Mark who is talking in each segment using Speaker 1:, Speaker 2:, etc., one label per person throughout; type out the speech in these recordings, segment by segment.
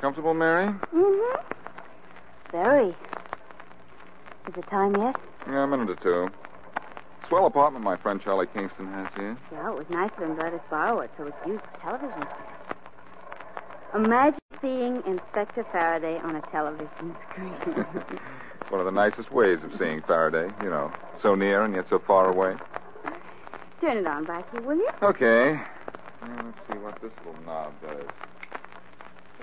Speaker 1: Comfortable, Mary?
Speaker 2: Mm-hmm. Very. Is it time yet?
Speaker 1: Yeah, a minute or two. Swell apartment my friend Charlie Kingston has here.
Speaker 2: Well, it was nice of him to let us borrow it, so it's used for television. Imagine seeing Inspector Faraday on a television screen.
Speaker 1: It's one of the nicest ways of seeing Faraday, you know. So near and yet so far away.
Speaker 2: Turn it on, Blackie, will you?
Speaker 1: Okay. Now, let's see what this little knob does.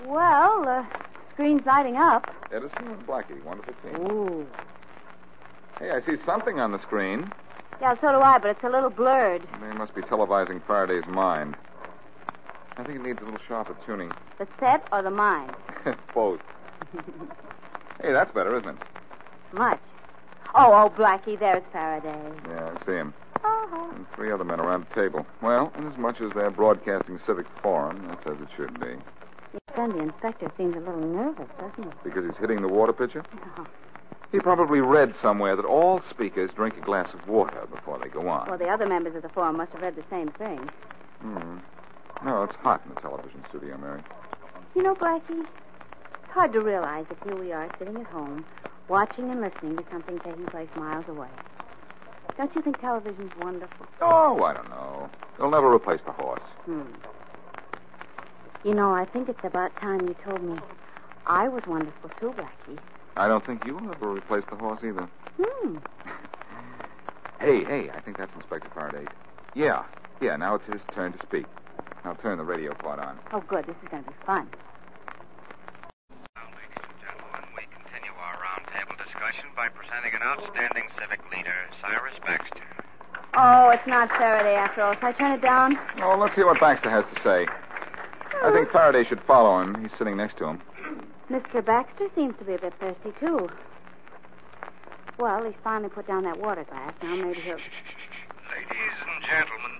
Speaker 2: Well, the screen's lighting up.
Speaker 1: Edison and Blackie, wonderful team.
Speaker 2: Ooh.
Speaker 1: Hey, I see something on the screen.
Speaker 2: Yeah, so do I, but it's a little blurred.
Speaker 1: They must be televising Faraday's mind. I think it needs a little sharper tuning.
Speaker 2: The set or the mind?
Speaker 1: Both. hey, that's better, isn't it?
Speaker 2: Much. Oh, oh, Blackie, there's Faraday.
Speaker 1: Yeah, I see him.
Speaker 2: Oh.
Speaker 1: And three other men around the table. Well, inasmuch as they're broadcasting Civic Forum, that's as it should be.
Speaker 2: Then the inspector seems a little nervous, doesn't he?
Speaker 1: Because he's hitting the water pitcher?
Speaker 2: No.
Speaker 1: He probably read somewhere that all speakers drink a glass of water before they go on.
Speaker 2: Well, the other members of the forum must have read the same thing.
Speaker 1: Hmm. No, it's hot in the television studio, Mary.
Speaker 2: You know, Blackie, it's hard to realize that here we are sitting at home, watching and listening to something taking place miles away. Don't you think television's wonderful?
Speaker 1: Oh, I don't know. They'll never replace the horse.
Speaker 2: Hmm. You know, I think it's about time you told me I was wonderful too, Blackie.
Speaker 1: I don't think you'll ever replace the horse either.
Speaker 2: Hmm.
Speaker 1: Hey, hey, I think that's Inspector Faraday. Yeah, yeah, now it's his turn to speak. Now turn the radio part on.
Speaker 2: Oh, good. This is going to be fun.
Speaker 3: Now, ladies and gentlemen, we continue our roundtable discussion by presenting an outstanding civic leader, Cyrus Baxter.
Speaker 2: Oh, it's not Faraday after all. Shall I turn it down?
Speaker 1: Oh, let's hear what Baxter has to say. I think Faraday should follow him. He's sitting next to him.
Speaker 2: Mr. Baxter seems to be a bit thirsty, too. Well, he's finally put down that water glass. Now maybe he'll.
Speaker 3: Ladies and gentlemen,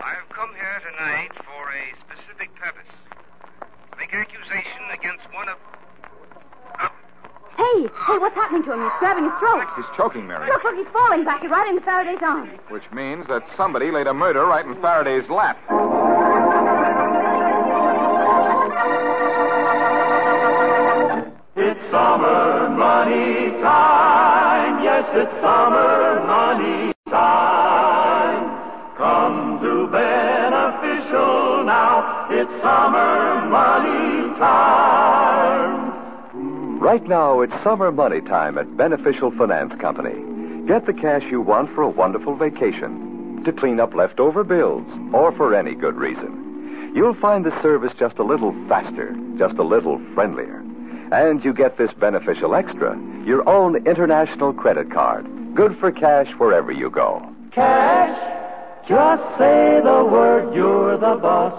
Speaker 3: I have come here tonight for a specific purpose. to Make accusation against one of. of
Speaker 2: Hey, hey, what's happening to him? He's grabbing his throat.
Speaker 1: He's choking, Mary.
Speaker 2: Look, look, he's falling, Blackie, right into Faraday's arms.
Speaker 1: Which means that somebody laid a murder right in Faraday's lap.
Speaker 4: It's summer money time. Yes, it's summer money time. Come to beneficial now. It's summer money time.
Speaker 5: Right now, it's summer money time at Beneficial Finance Company. Get the cash you want for a wonderful vacation, to clean up leftover bills, or for any good reason. You'll find the service just a little faster, just a little friendlier. And you get this beneficial extra, your own international credit card. Good for cash wherever you go.
Speaker 4: Cash, just say the word, you're the boss.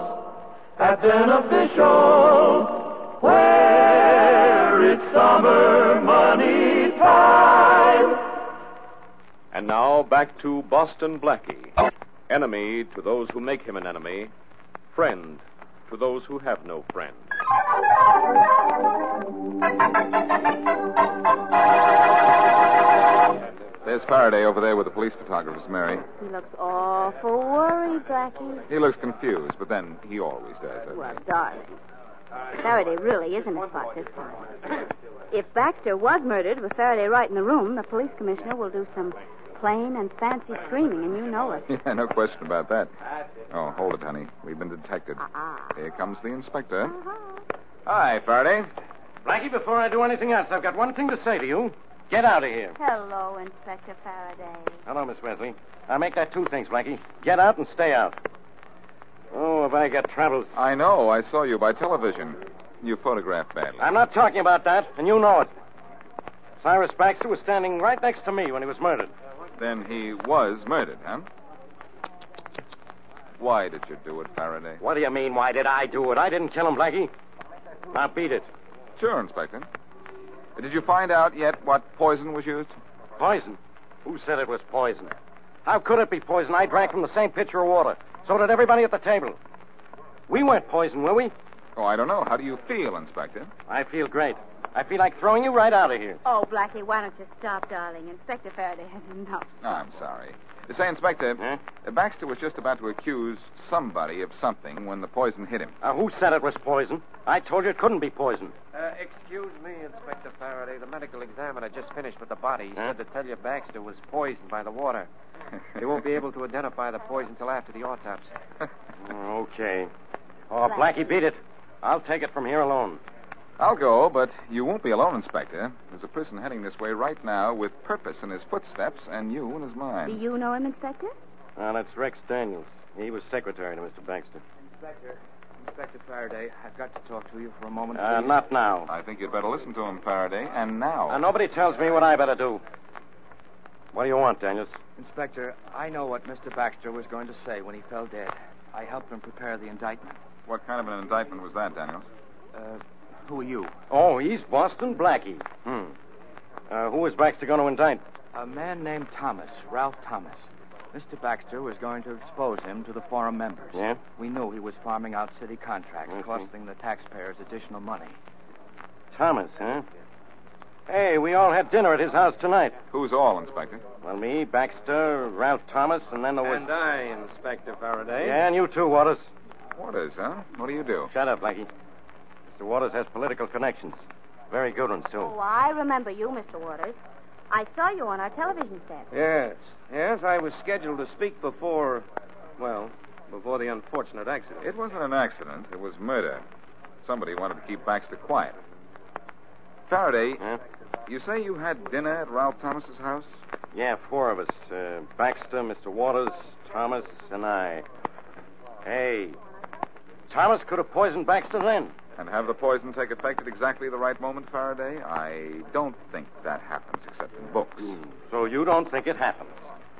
Speaker 4: At Beneficial, where it's summer money time.
Speaker 6: And now back to Boston Blackie. Enemy to those who make him an enemy, friend to those who have no friend.
Speaker 1: There's Faraday over there with the police photographer's Mary.
Speaker 2: He looks awful worried, Blackie.
Speaker 1: He looks confused, but then he always does. I
Speaker 2: Well,
Speaker 1: think.
Speaker 2: darling, Faraday really isn't a spot this time. If Baxter was murdered with Faraday right in the room, the police commissioner will do some plain and fancy screaming, and you know it.
Speaker 1: Yeah, no question about that. Oh, hold it, honey. We've been detected.
Speaker 2: Ah.
Speaker 1: Here comes the inspector. Hi, Faraday.
Speaker 7: Blackie, before I do anything else, I've got one thing to say to you. Get out of here.
Speaker 2: Hello, Inspector Faraday.
Speaker 7: Hello, Miss Wesley. I'll make that two things, Blackie. Get out and stay out. Oh, have I got troubles.
Speaker 1: I know. I saw you by television. You photographed badly.
Speaker 7: I'm not talking about that, and you know it. Cyrus Baxter was standing right next to me when he was murdered.
Speaker 1: Then he was murdered, huh? Why did you do it, Faraday?
Speaker 7: What do you mean, why did I do it? I didn't kill him, Blackie. Now beat it.
Speaker 1: Sure, Inspector. Did you find out yet what poison was used?
Speaker 7: Poison? Who said it was poison? How could it be poison? I drank from the same pitcher of water. So did everybody at the table. We weren't poisoned, were we?
Speaker 1: Oh, I don't know. How do you feel, Inspector?
Speaker 7: I feel great. I feel like throwing you right out of here.
Speaker 2: Oh, Blackie, why don't you stop, darling? Inspector Faraday has enough.
Speaker 1: No, I'm sorry. Say, Inspector, Baxter was just about to accuse somebody of something when the poison hit him.
Speaker 7: Now, who said it was poison? I told you it couldn't be poison.
Speaker 8: Uh, excuse me, Inspector Faraday. The medical examiner just finished with the body. He said to tell you Baxter was poisoned by the water. They won't be able to identify the poison till after the autopsy.
Speaker 7: Okay. Oh, Blackie, beat it. I'll take it from here alone.
Speaker 1: I'll go, but you won't be alone, Inspector. There's a person heading this way right now with purpose in his footsteps and you in his
Speaker 2: Do
Speaker 1: mind.
Speaker 2: you know him, Inspector?
Speaker 7: Now, that's Rex Daniels. He was secretary to Mr. Baxter.
Speaker 8: Inspector, Inspector Faraday, I've got to talk to you for a moment.
Speaker 7: Uh,
Speaker 8: please.
Speaker 7: not now.
Speaker 1: I think you'd better listen to him, Faraday, and now.
Speaker 7: Now, nobody tells me what I better do. What do you want, Daniels?
Speaker 8: Inspector, I know what Mr. Baxter was going to say when he fell dead. I helped him prepare the indictment.
Speaker 1: What kind of an indictment was that, Daniels?
Speaker 8: Uh, who are you?
Speaker 7: Oh, he's Boston Blackie. Hmm. Uh, who is Baxter going to indict?
Speaker 8: A man named Thomas, Ralph Thomas. Mr. Baxter was going to expose him to the forum members.
Speaker 7: Yeah?
Speaker 8: We knew he was farming out city contracts,
Speaker 7: I see.
Speaker 8: costing the taxpayers additional money.
Speaker 7: Thomas, huh? Hey, we all had dinner at his house tonight.
Speaker 1: Who's all, Inspector?
Speaker 7: Well, me, Baxter, Ralph Thomas, and then there was.
Speaker 9: And I, Inspector Faraday.
Speaker 7: Yeah, and you too, Waters.
Speaker 1: Waters, huh? What do you do?
Speaker 7: Shut up, Blackie. Mr. Waters has political connections. Very good ones, too.
Speaker 2: Oh, I remember you, Mr. Waters. I saw you on our television set.
Speaker 9: Yes. Yes, I was scheduled to speak before, well, before the unfortunate accident.
Speaker 1: It wasn't an accident. It was murder. Somebody wanted to keep Baxter quiet. Faraday, you say you had dinner at Ralph Thomas's house?
Speaker 7: Yeah, four of us uh, Baxter, Mr. Waters, Thomas, and I. Hey, Thomas could have poisoned Baxter then.
Speaker 1: And have the poison take effect at exactly the right moment, Faraday? I don't think that happens except in books.
Speaker 7: So you don't think it happens?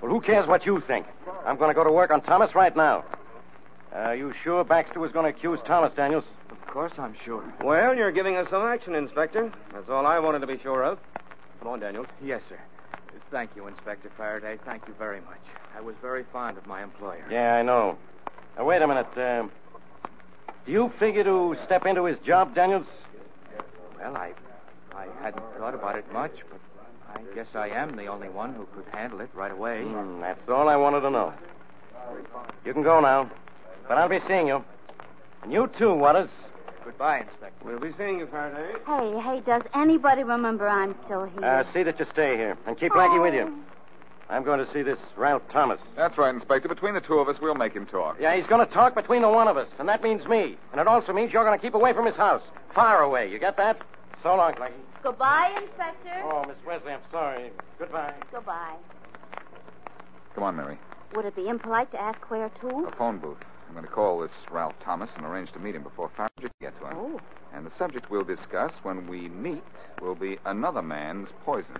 Speaker 7: Well, who cares what you think? I'm going to go to work on Thomas right now. Are you sure Baxter was going to accuse Thomas, Daniels?
Speaker 8: Of course I'm sure.
Speaker 9: Well, you're giving us some action, Inspector. That's all I wanted to be sure of. Come on, Daniels.
Speaker 8: Yes, sir. Thank you, Inspector Faraday. Thank you very much. I was very fond of my employer.
Speaker 7: Yeah, I know. Now, wait a minute. Um, do you figure to step into his job, Daniels?
Speaker 8: Well, I, I hadn't thought about it much, but I guess I am the only one who could handle it right away.
Speaker 7: Hmm, that's all I wanted to know. You can go now, but I'll be seeing you. And you too, Waters.
Speaker 8: Goodbye, Inspector.
Speaker 9: We'll be seeing you, Faraday.
Speaker 2: Hey, hey, does anybody remember I'm still here?
Speaker 7: Uh, see that you stay here and keep Blackie with you. I'm going to see this Ralph Thomas.
Speaker 1: That's right, Inspector. Between the two of us, we'll make him talk.
Speaker 7: Yeah, he's going to talk between the one of us, and that means me. And it also means you're going to keep away from his house. Far away. You got that? So long, Blackie.
Speaker 2: Goodbye, Inspector.
Speaker 7: Oh, Miss Wesley, I'm sorry. Goodbye.
Speaker 2: Goodbye.
Speaker 1: Come on, Mary.
Speaker 2: Would it be impolite to ask where to?
Speaker 1: A phone booth. I'm going to call this Ralph Thomas and arrange to meet him before Farragut gets to him.
Speaker 2: Oh.
Speaker 1: And the subject we'll discuss when we meet will be another man's poison.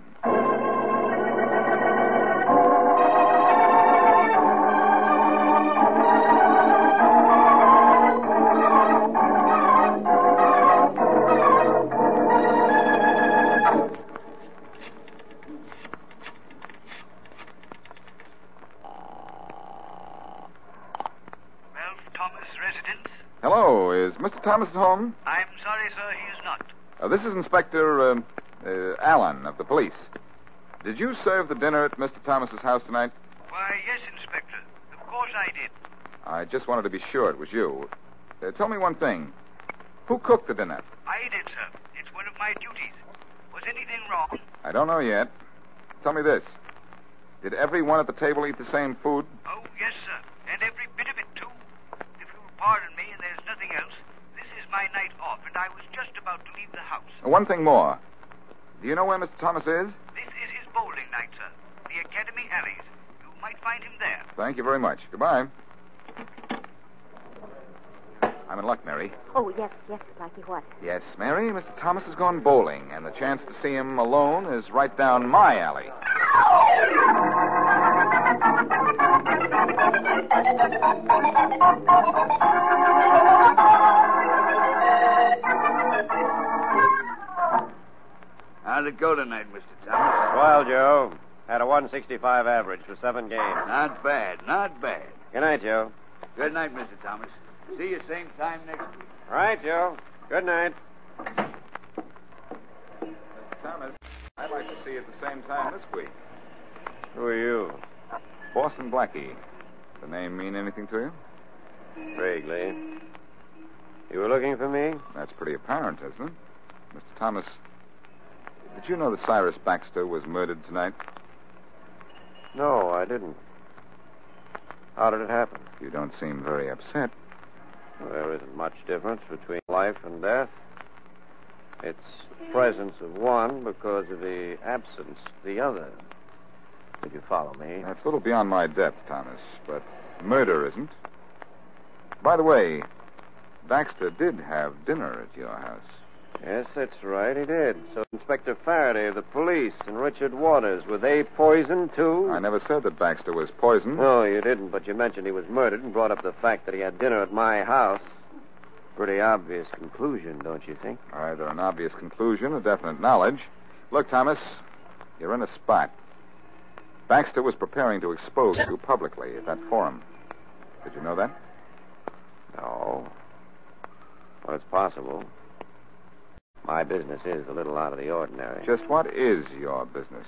Speaker 3: Ralph Thomas residence?
Speaker 1: Hello, is Mr. Thomas at home?
Speaker 3: I'm sorry, sir, he is not.
Speaker 1: Uh, this is Inspector um uh, Allen of the police. Did you serve the dinner at Mr. Thomas's house tonight?
Speaker 3: Why, yes, Inspector. Of course I did.
Speaker 1: I just wanted to be sure it was you. Uh, tell me one thing. Who cooked the dinner?
Speaker 3: I did, sir. It's one of my duties. Was anything wrong?
Speaker 1: I don't know yet. Tell me this. Did everyone at the table eat the same food?
Speaker 3: Oh, yes, sir. And every bit of it, too. If you'll pardon me and there's nothing else, this is my night off, and I was just about to leave the house.
Speaker 1: Uh, One thing more. Do you know where Mr. Thomas is?
Speaker 3: This is his bowling night, sir. The Academy Alleys. You might find him there.
Speaker 1: Thank you very much. Goodbye. I'm in luck, Mary.
Speaker 2: Oh, yes, yes, Blackie, what?
Speaker 1: Yes, Mary, Mr. Thomas has gone bowling, and the chance to see him alone is right down my alley.
Speaker 10: How'd it go tonight, Mr. Thomas?
Speaker 7: Well, Joe, had a 165 average for seven games.
Speaker 10: Not bad, not bad.
Speaker 7: Good night, Joe.
Speaker 10: Good night, Mr. Thomas. See you same time next week.
Speaker 7: All right, Joe. Good night.
Speaker 1: Thomas, I'd like to see you at the same time this week.
Speaker 7: Who are you?
Speaker 1: Boston Blackie. The name mean anything to you?
Speaker 7: Vaguely. You were looking for me?
Speaker 1: That's pretty apparent, isn't it? Mr. Thomas, did you know that Cyrus Baxter was murdered tonight?
Speaker 7: No, I didn't. How did it happen?
Speaker 1: You don't seem very upset.
Speaker 7: Well, there isn't much difference between life and death. It's presence of one because of the absence of the other. Did you follow me?
Speaker 1: That's a little beyond my depth, Thomas, but murder isn't. By the way, Baxter did have dinner at your house.
Speaker 7: Yes, that's right, he did. So Inspector Faraday of the police and Richard Waters, were they poisoned too?
Speaker 1: I never said that Baxter was poisoned.
Speaker 7: No, you didn't, but you mentioned he was murdered and brought up the fact that he had dinner at my house. Pretty obvious conclusion, don't you think?
Speaker 1: Either an obvious conclusion or definite knowledge. Look, Thomas, you're in a spot. Baxter was preparing to expose you publicly at that forum. Did you know that?
Speaker 7: No. Well, it's possible. My business is a little out of the ordinary.
Speaker 1: Just what is your business?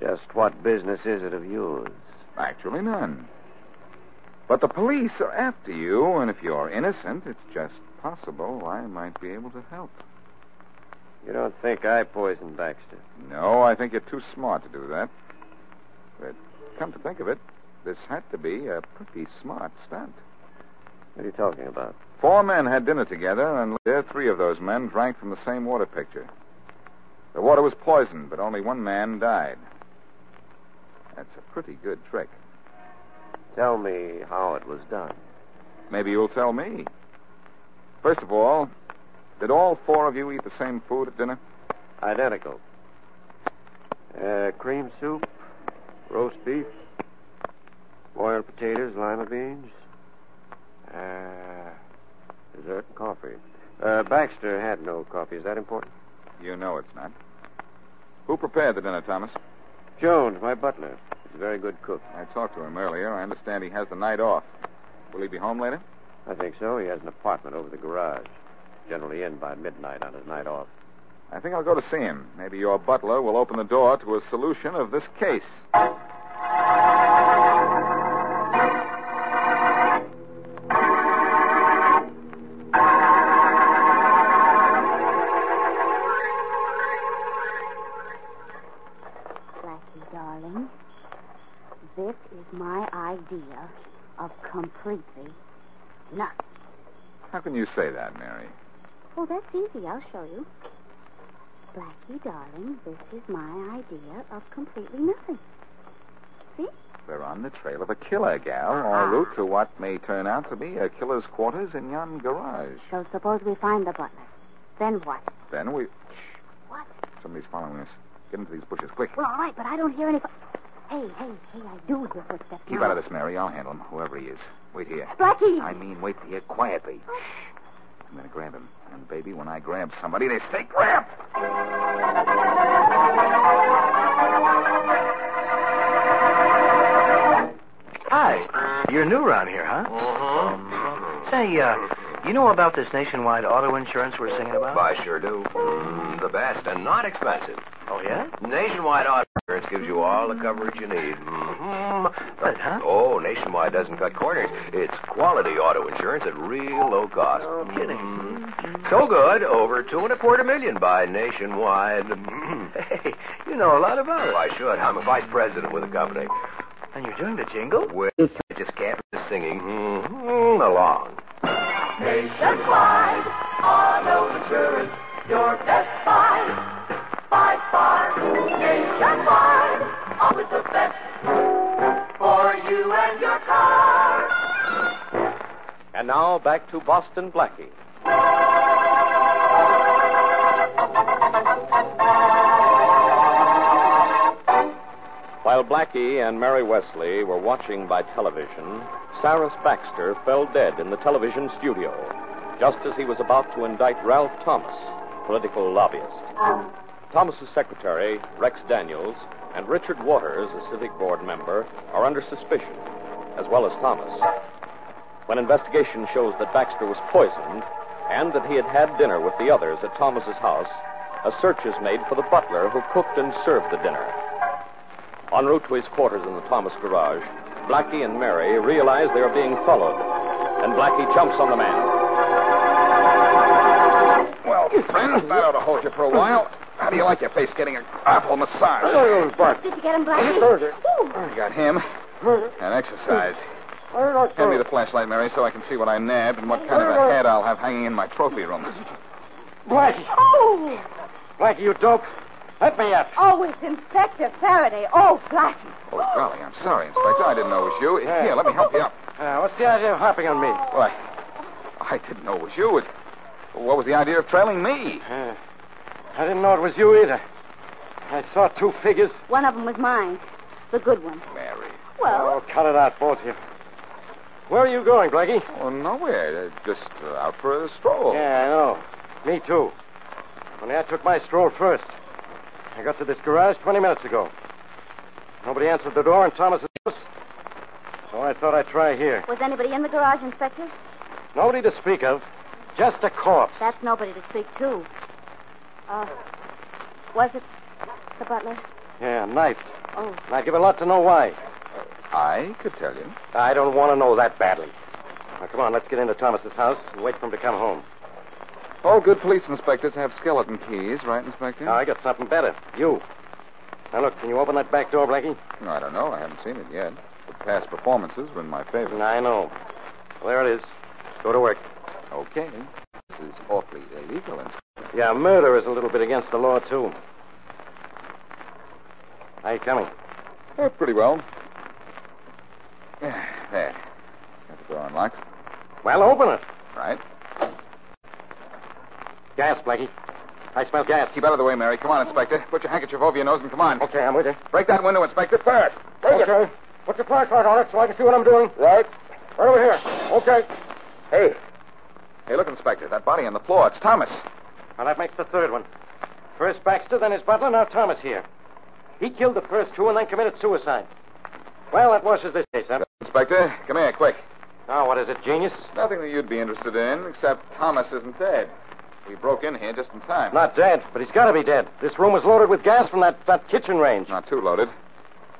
Speaker 7: Just what business is it of yours?
Speaker 1: Actually, none. But the police are after you, and if you're innocent, it's just possible I might be able to help.
Speaker 7: You don't think I poisoned Baxter?
Speaker 1: No, I think you're too smart to do that. But come to think of it, this had to be a pretty smart stunt.
Speaker 7: What are you talking about?
Speaker 1: Four men had dinner together, and there three of those men drank from the same water pitcher. The water was poisoned, but only one man died. That's a pretty good trick.
Speaker 7: Tell me how it was done.
Speaker 1: Maybe you'll tell me. First of all, did all four of you eat the same food at dinner?
Speaker 7: Identical. Uh, cream soup, roast beef, boiled potatoes, lima beans, uh, dessert and coffee. Uh, Baxter had no coffee. Is that important?
Speaker 1: You know it's not. Who prepared the dinner, Thomas?
Speaker 7: Jones, my butler. He's a very good cook.
Speaker 1: I talked to him earlier. I understand he has the night off. Will he be home later?
Speaker 7: I think so. He has an apartment over the garage. Generally in by midnight on his night off.
Speaker 1: I think I'll go to see him. Maybe your butler will open the door to a solution of this case.
Speaker 2: Blackie, darling, this is my idea of completely nothing.
Speaker 1: How can you say that, Mary?
Speaker 2: Oh, that's easy. I'll show you. Blackie, darling, this is my idea of completely nothing. See?
Speaker 1: We're on the trail of a killer, gal, en route to what may turn out to be a killer's quarters in yon garage.
Speaker 2: So suppose we find the butler. Then what?
Speaker 1: Then we. Shh.
Speaker 2: What?
Speaker 1: Somebody's following us. Get into these bushes, quick.
Speaker 2: Well, all right, but I don't hear any. fo- Hey, hey, hey, I do hear footsteps.
Speaker 1: Keep
Speaker 2: now.
Speaker 1: out of this, Mary. I'll handle him, whoever he is. Wait here.
Speaker 2: Blackie!
Speaker 1: I mean, wait here quietly. Shh. I'm going to grab him. And, baby, when I grab somebody, they stay grabbed.
Speaker 8: Hi. You're new around here, huh? Say, uh, you know about this nationwide auto insurance we're singing about?
Speaker 11: I sure do. Mm, the best and not expensive.
Speaker 8: Oh, yeah?
Speaker 11: Nationwide auto insurance gives you all the coverage you need. hmm Oh, Nationwide doesn't cut corners. It's quality auto insurance at real low cost. No kidding. So good, over two and a quarter million by Nationwide. hey, you know a lot about it. I should. I'm a vice president with the company.
Speaker 8: And you're doing the jingle?
Speaker 11: Well, I just can't be singing mhm, along.
Speaker 4: Nationwide auto insurance, your best buy. By far, nationwide, always the best for you and your car.
Speaker 6: And now back to Boston Blackie. While Blackie and Mary Wesley were watching by television, Cyrus Baxter fell dead in the television studio just as he was about to indict Ralph Thomas, political lobbyist. Thomas's secretary, Rex Daniels, and Richard Waters, a civic board member, are under suspicion, as well as Thomas. When investigation shows that Baxter was poisoned and that he had had dinner with the others at Thomas's house, a search is made for the butler who cooked and served the dinner. En route to his quarters in the Thomas garage, Blackie and Mary realize they are being followed, and Blackie jumps on the man.
Speaker 1: Well, friends, that ought to hold you for a while. How do you like your face getting an apple massage?
Speaker 7: Oh,
Speaker 2: Did you get him, Blackie?
Speaker 1: Murder.
Speaker 2: Ooh.
Speaker 1: I got him. And exercise. Hand me the flashlight, Mary, so I can see what I nabbed and what kind of a head I'll have hanging in my trophy room.
Speaker 7: Blackie.
Speaker 2: Oh!
Speaker 7: Blackie, you dope. Let me up.
Speaker 2: Oh, it's Inspector Faraday. Oh, Blackie.
Speaker 1: Oh, golly, I'm sorry, Inspector. I didn't know it was you. Here, let me help you up.
Speaker 7: Uh, what's the idea of hopping on me?
Speaker 1: Well, I, I didn't know it was you. It, what was the idea of trailing me?
Speaker 7: I didn't know it was you either. I saw two figures.
Speaker 2: One of them was mine. The good one.
Speaker 1: Mary.
Speaker 2: Well,
Speaker 7: Oh, cut it out, both of you. Where are you going, Blackie?
Speaker 1: Oh, nowhere. Uh, Just uh, out for a stroll.
Speaker 7: Yeah, I know. Me too. Only I took my stroll first. I got to this garage 20 minutes ago. Nobody answered the door in Thomas's house, so I thought I'd try here.
Speaker 2: was anybody in the garage, Inspector?
Speaker 7: Nobody to speak of, just a corpse.
Speaker 2: That's nobody to speak to. Uh, was it the butler?
Speaker 7: Yeah, knifed.
Speaker 2: Oh,
Speaker 7: And I'd give a lot to know why.
Speaker 1: I could tell you.
Speaker 7: I don't want to know that badly. Now, come on, let's get into Thomas's house and wait for him to come home.
Speaker 1: All good police inspectors have skeleton keys, right, Inspector?
Speaker 7: Now, I got something better. You. Now, look, can you open that back door, Blackie?
Speaker 1: No, I don't know. I haven't seen it yet. But past performances were in my favor.
Speaker 7: I know. Well, there it is. Go to work.
Speaker 1: Okay. This is awfully illegal, Inspector.
Speaker 7: Yeah, murder is a little bit against the law, too. How you coming?
Speaker 1: Eh, pretty well. Yeah, there. Got the door unlocked.
Speaker 7: Well, open it.
Speaker 1: Right.
Speaker 7: Gas, Blackie. I smell gas.
Speaker 1: Keep out of the way, Mary. Come on, Inspector. Put your handkerchief over your nose and come on.
Speaker 7: Okay, I'm with you.
Speaker 1: Break that window, Inspector, first.
Speaker 7: Take okay. Put your flashlight on it so I can see what I'm doing. Right. Right over here. Okay.
Speaker 1: Hey. Hey, look, Inspector. That body on the floor. It's Thomas.
Speaker 7: Now, that makes the third one. First Baxter, then his butler, now Thomas here. He killed the first two and then committed suicide. Well, that washes this case up.
Speaker 1: Inspector, come here, quick.
Speaker 7: Now, what is it, genius?
Speaker 1: Nothing that you'd be interested in, except Thomas isn't dead. We broke in here just in time.
Speaker 7: Not dead, but he's got to be dead. This room was loaded with gas from that, that kitchen range.
Speaker 1: Not too loaded.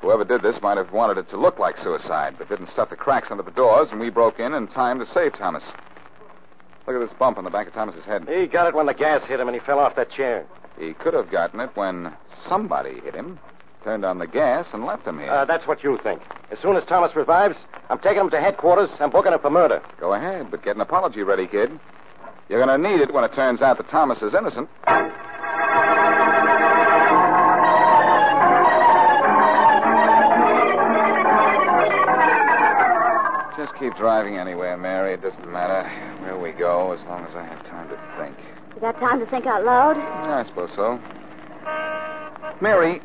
Speaker 1: Whoever did this might have wanted it to look like suicide, but didn't stuff the cracks under the doors, and we broke in in time to save Thomas. Look at this bump on the back of Thomas's head.
Speaker 7: He got it when the gas hit him and he fell off that chair.
Speaker 1: He could have gotten it when somebody hit him, turned on the gas, and left him here.
Speaker 7: Uh, that's what you think. As soon as Thomas revives, I'm taking him to headquarters. I'm booking him for murder.
Speaker 1: Go ahead, but get an apology ready, kid. You're going to need it when it turns out that Thomas is innocent. keep driving anywhere, Mary. It doesn't matter where we go as long as I have time to think.
Speaker 2: You got time to think out loud?
Speaker 1: Yeah, I suppose so. Mary,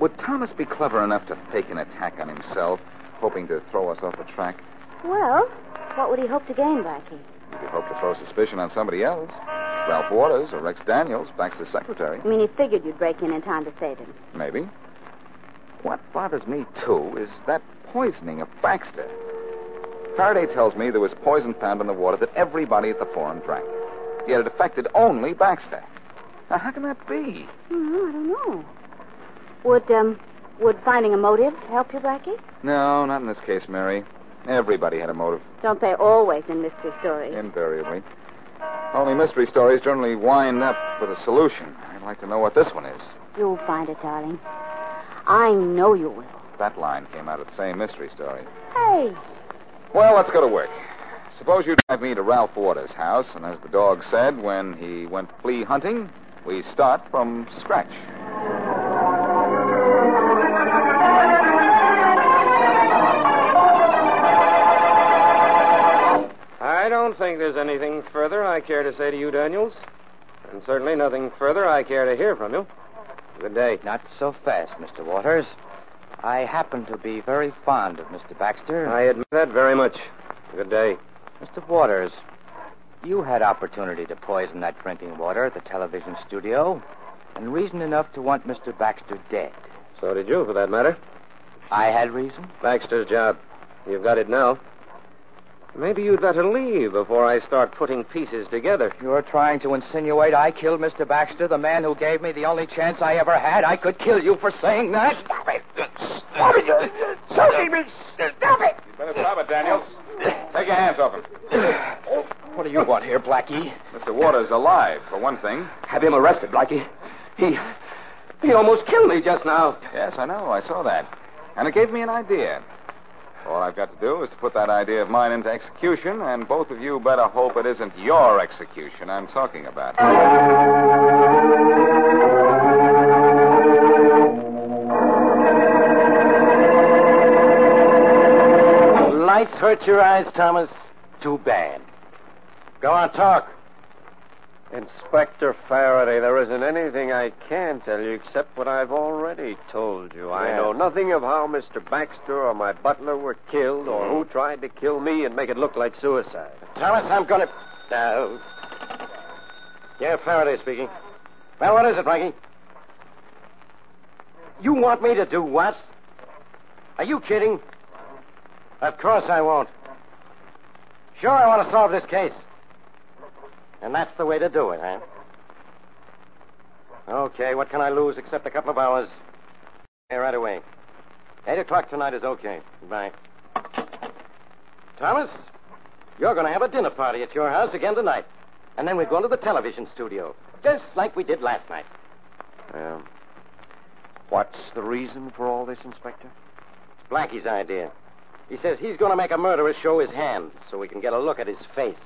Speaker 1: would Thomas be clever enough to fake an attack on himself, hoping to throw us off the track?
Speaker 2: Well, what would he hope to gain, Blackie?
Speaker 1: He could hope to throw suspicion on somebody else. Ralph Waters or Rex Daniels, Baxter's secretary.
Speaker 2: I mean, he figured you'd break in in time to save him.
Speaker 1: Maybe. What bothers me, too, is that poisoning of Baxter. Faraday tells me there was poison found in the water that everybody at the forum drank. Yet it affected only Baxter. Now, how can that be?
Speaker 2: Hmm, I don't know. Would, um, would finding a motive help you, Blackie?
Speaker 1: No, not in this case, Mary. Everybody had a motive,
Speaker 2: Don't they always in mystery stories?
Speaker 1: invariably. Only mystery stories generally wind up with a solution. I'd like to know what this one is.
Speaker 2: You'll find it, darling. I know you will.
Speaker 1: That line came out of the same mystery story.
Speaker 2: Hey,
Speaker 1: Well, let's go to work. Suppose you drive me to Ralph Waters' house, and as the dog said when he went flea hunting, we start from scratch.
Speaker 9: I don't think there's anything further I care to say to you, Daniels. And certainly nothing further I care to hear from you. Good day.
Speaker 12: Not so fast, Mr. Waters. I happen to be very fond of Mr. Baxter.
Speaker 9: I admit that very much. Good day.
Speaker 12: Mr. Waters, you had opportunity to poison that drinking water at the television studio, and reason enough to want Mr. Baxter dead.
Speaker 9: So did you, for that matter.
Speaker 12: I had reason?
Speaker 9: Baxter's job. You've got it now. Maybe you'd better leave before I start putting pieces together.
Speaker 12: You're trying to insinuate I killed Mr. Baxter, the man who gave me the only chance I ever had. I could kill you for saying that. Stop it! Stop it! Choking me! Stop it!
Speaker 1: You better stop it, Daniels. Take your hands off him.
Speaker 12: What do you want here, Blackie?
Speaker 1: Mr. Waters alive, for one thing.
Speaker 12: Have him arrested, Blackie. He he almost killed me just now.
Speaker 1: Yes, I know. I saw that. And it gave me an idea. All I've got to do is to put that idea of mine into execution, and both of you better hope it isn't your execution I'm talking about.
Speaker 7: Lights hurt your eyes, Thomas. Too bad. Go on, talk. Inspector Faraday, there isn't anything I can tell you except what I've already told you. I
Speaker 8: Yeah.
Speaker 7: know nothing of how Mr. Baxter or my butler were killed or who tried to kill me and make it look like suicide. Mm. Thomas, I'm going to. No. Yeah, Faraday speaking. Well, what is it, Blackie? You want me to do what? Are you kidding? Of course I won't. Sure, I want to solve this case. And that's the way to do it, huh? Okay, what can I lose except a couple of hours? Hey, right away. Eight o'clock tonight is okay. Bye. Thomas, you're going to have a dinner party at your house again tonight. And then we're going to the television studio, just like we did last night. Um, what's the reason for all this, Inspector? It's Blackie's idea. He says he's going to make a murderer show his hand so we can get a look at his face.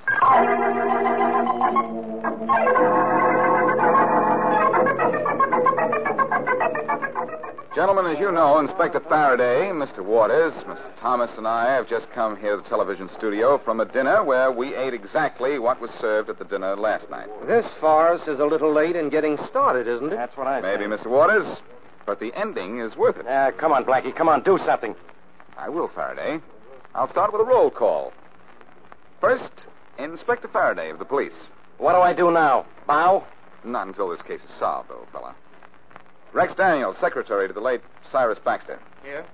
Speaker 1: Gentlemen, as you know, Inspector Faraday, Mr. Waters, Mr. Thomas, and I have just come here to the television studio from a dinner where we ate exactly what was served at the dinner last night.
Speaker 9: This forest is a little late in getting started, isn't it? That's
Speaker 7: what I
Speaker 1: Maybe, Mr. Waters, but the ending is worth it.
Speaker 7: Uh, come on, Blackie. Come on, do something.
Speaker 1: I will, Faraday. I'll start with a roll call. First, Inspector Faraday of the police.
Speaker 7: What do I do now? Bow?
Speaker 1: Not until this case is solved, old fella. Rex Daniels, secretary to the late Cyrus Baxter.
Speaker 9: Here.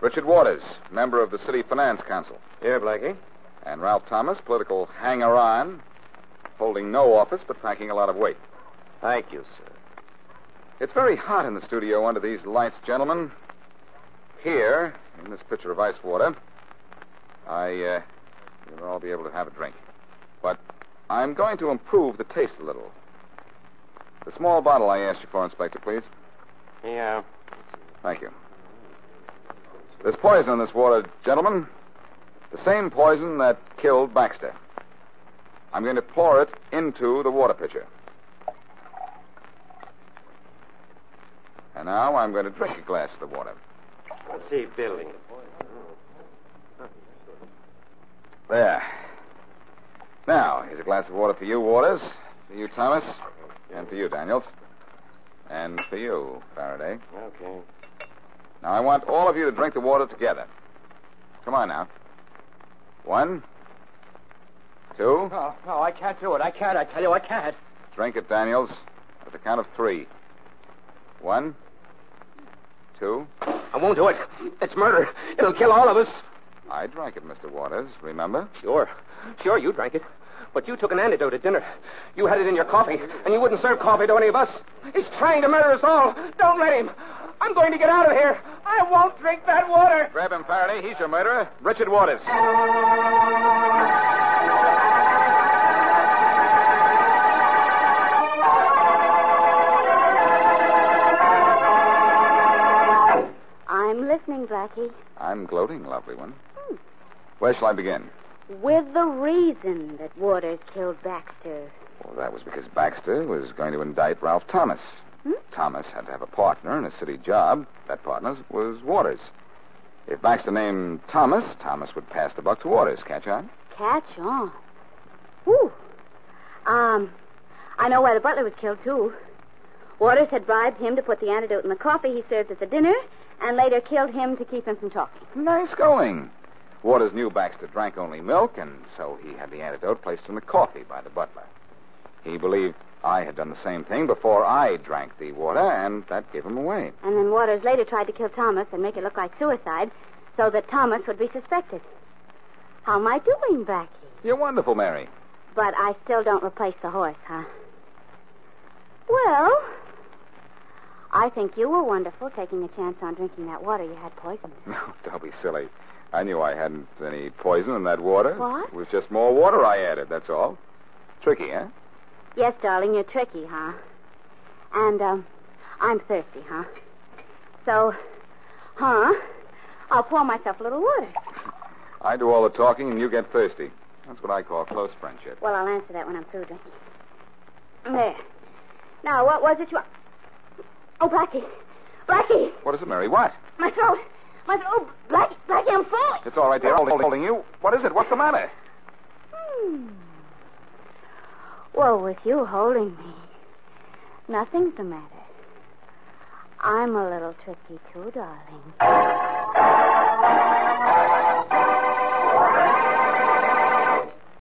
Speaker 1: Richard Waters, member of the City Finance Council.
Speaker 9: Here, Blackie.
Speaker 1: And Ralph Thomas, political hanger on, holding no office but packing a lot of weight.
Speaker 7: Thank you, sir.
Speaker 1: It's very hot in the studio under these lights, gentlemen. Here, in this pitcher of ice water, I, uh, you'll all be able to have a drink. But I'm going to improve the taste a little. The small bottle I asked you for, Inspector, please.
Speaker 7: Yeah.
Speaker 1: Thank you. There's poison in this water, gentlemen. The same poison that killed Baxter. I'm going to pour it into the water pitcher. And now I'm going to drink a glass of the water.
Speaker 7: What's he building?
Speaker 1: There. Now, here's a glass of water for you, Waters. For you, Thomas. And for you, Daniels. And for you, Faraday.
Speaker 8: Okay.
Speaker 1: Now, I want all of you to drink the water together. Come on now. One, two.
Speaker 12: No, no, I can't do it. I can't. I tell you, I can't.
Speaker 1: Drink it, Daniels. At the count of three. One, two.
Speaker 12: I won't do it. It's murder. It'll kill all of us.
Speaker 1: I drank it, Mr. Waters, remember?
Speaker 12: Sure. Sure, you drank it. But you took an antidote at dinner. You had it in your coffee, and you wouldn't serve coffee to any of us. He's trying to murder us all. Don't let him. I'm going to get out of here. I won't drink that water.
Speaker 1: Grab him, Faraday. He's your murderer. Richard Waters.
Speaker 2: I'm listening, Blackie.
Speaker 1: I'm gloating, lovely one. Where shall I begin?
Speaker 2: With the reason that Waters killed Baxter.
Speaker 1: Well, that was because Baxter was going to indict Ralph Thomas. Thomas had to have a partner in a city job. That partner was Waters. If Baxter named Thomas, Thomas would pass the buck to Waters. Catch on?
Speaker 2: Catch on. Whew. Um, I know why the butler was killed, too. Waters had bribed him to put the antidote in the coffee he served at the dinner, and later killed him to keep him from talking.
Speaker 1: Nice going. Waters knew Baxter drank only milk, and so he had the antidote placed in the coffee by the butler. He believed I had done the same thing before I drank the water, and that gave him away.
Speaker 2: And then Waters later tried to kill Thomas and make it look like suicide so that Thomas would be suspected. How am I doing, Blackie?
Speaker 1: You're wonderful, Mary.
Speaker 2: But I still don't replace the horse, huh? Well, I think you were wonderful taking a chance on drinking that water you had poisoned.
Speaker 1: No, don't be silly. I knew I hadn't any poison in that water.
Speaker 2: What?
Speaker 1: It was just more water I added, that's all. Tricky, eh?
Speaker 2: Yes, darling, you're tricky, huh? And, um, I'm thirsty, huh? So, huh? I'll pour myself a little water.
Speaker 1: I do all the talking, and you get thirsty. That's what I call close friendship.
Speaker 2: Well, I'll answer that when I'm through drinking. There. Now, what was it you. Oh, Blackie. Blackie!
Speaker 1: What is it, Mary? What?
Speaker 2: My throat. My throat. Oh, Blackie, Blackie, I'm falling.
Speaker 1: It's all right, dear. Holding, holding you. What is it? What's the matter?
Speaker 2: Hmm. Well, with you holding me, nothing's the matter. I'm a little tricky, too, darling.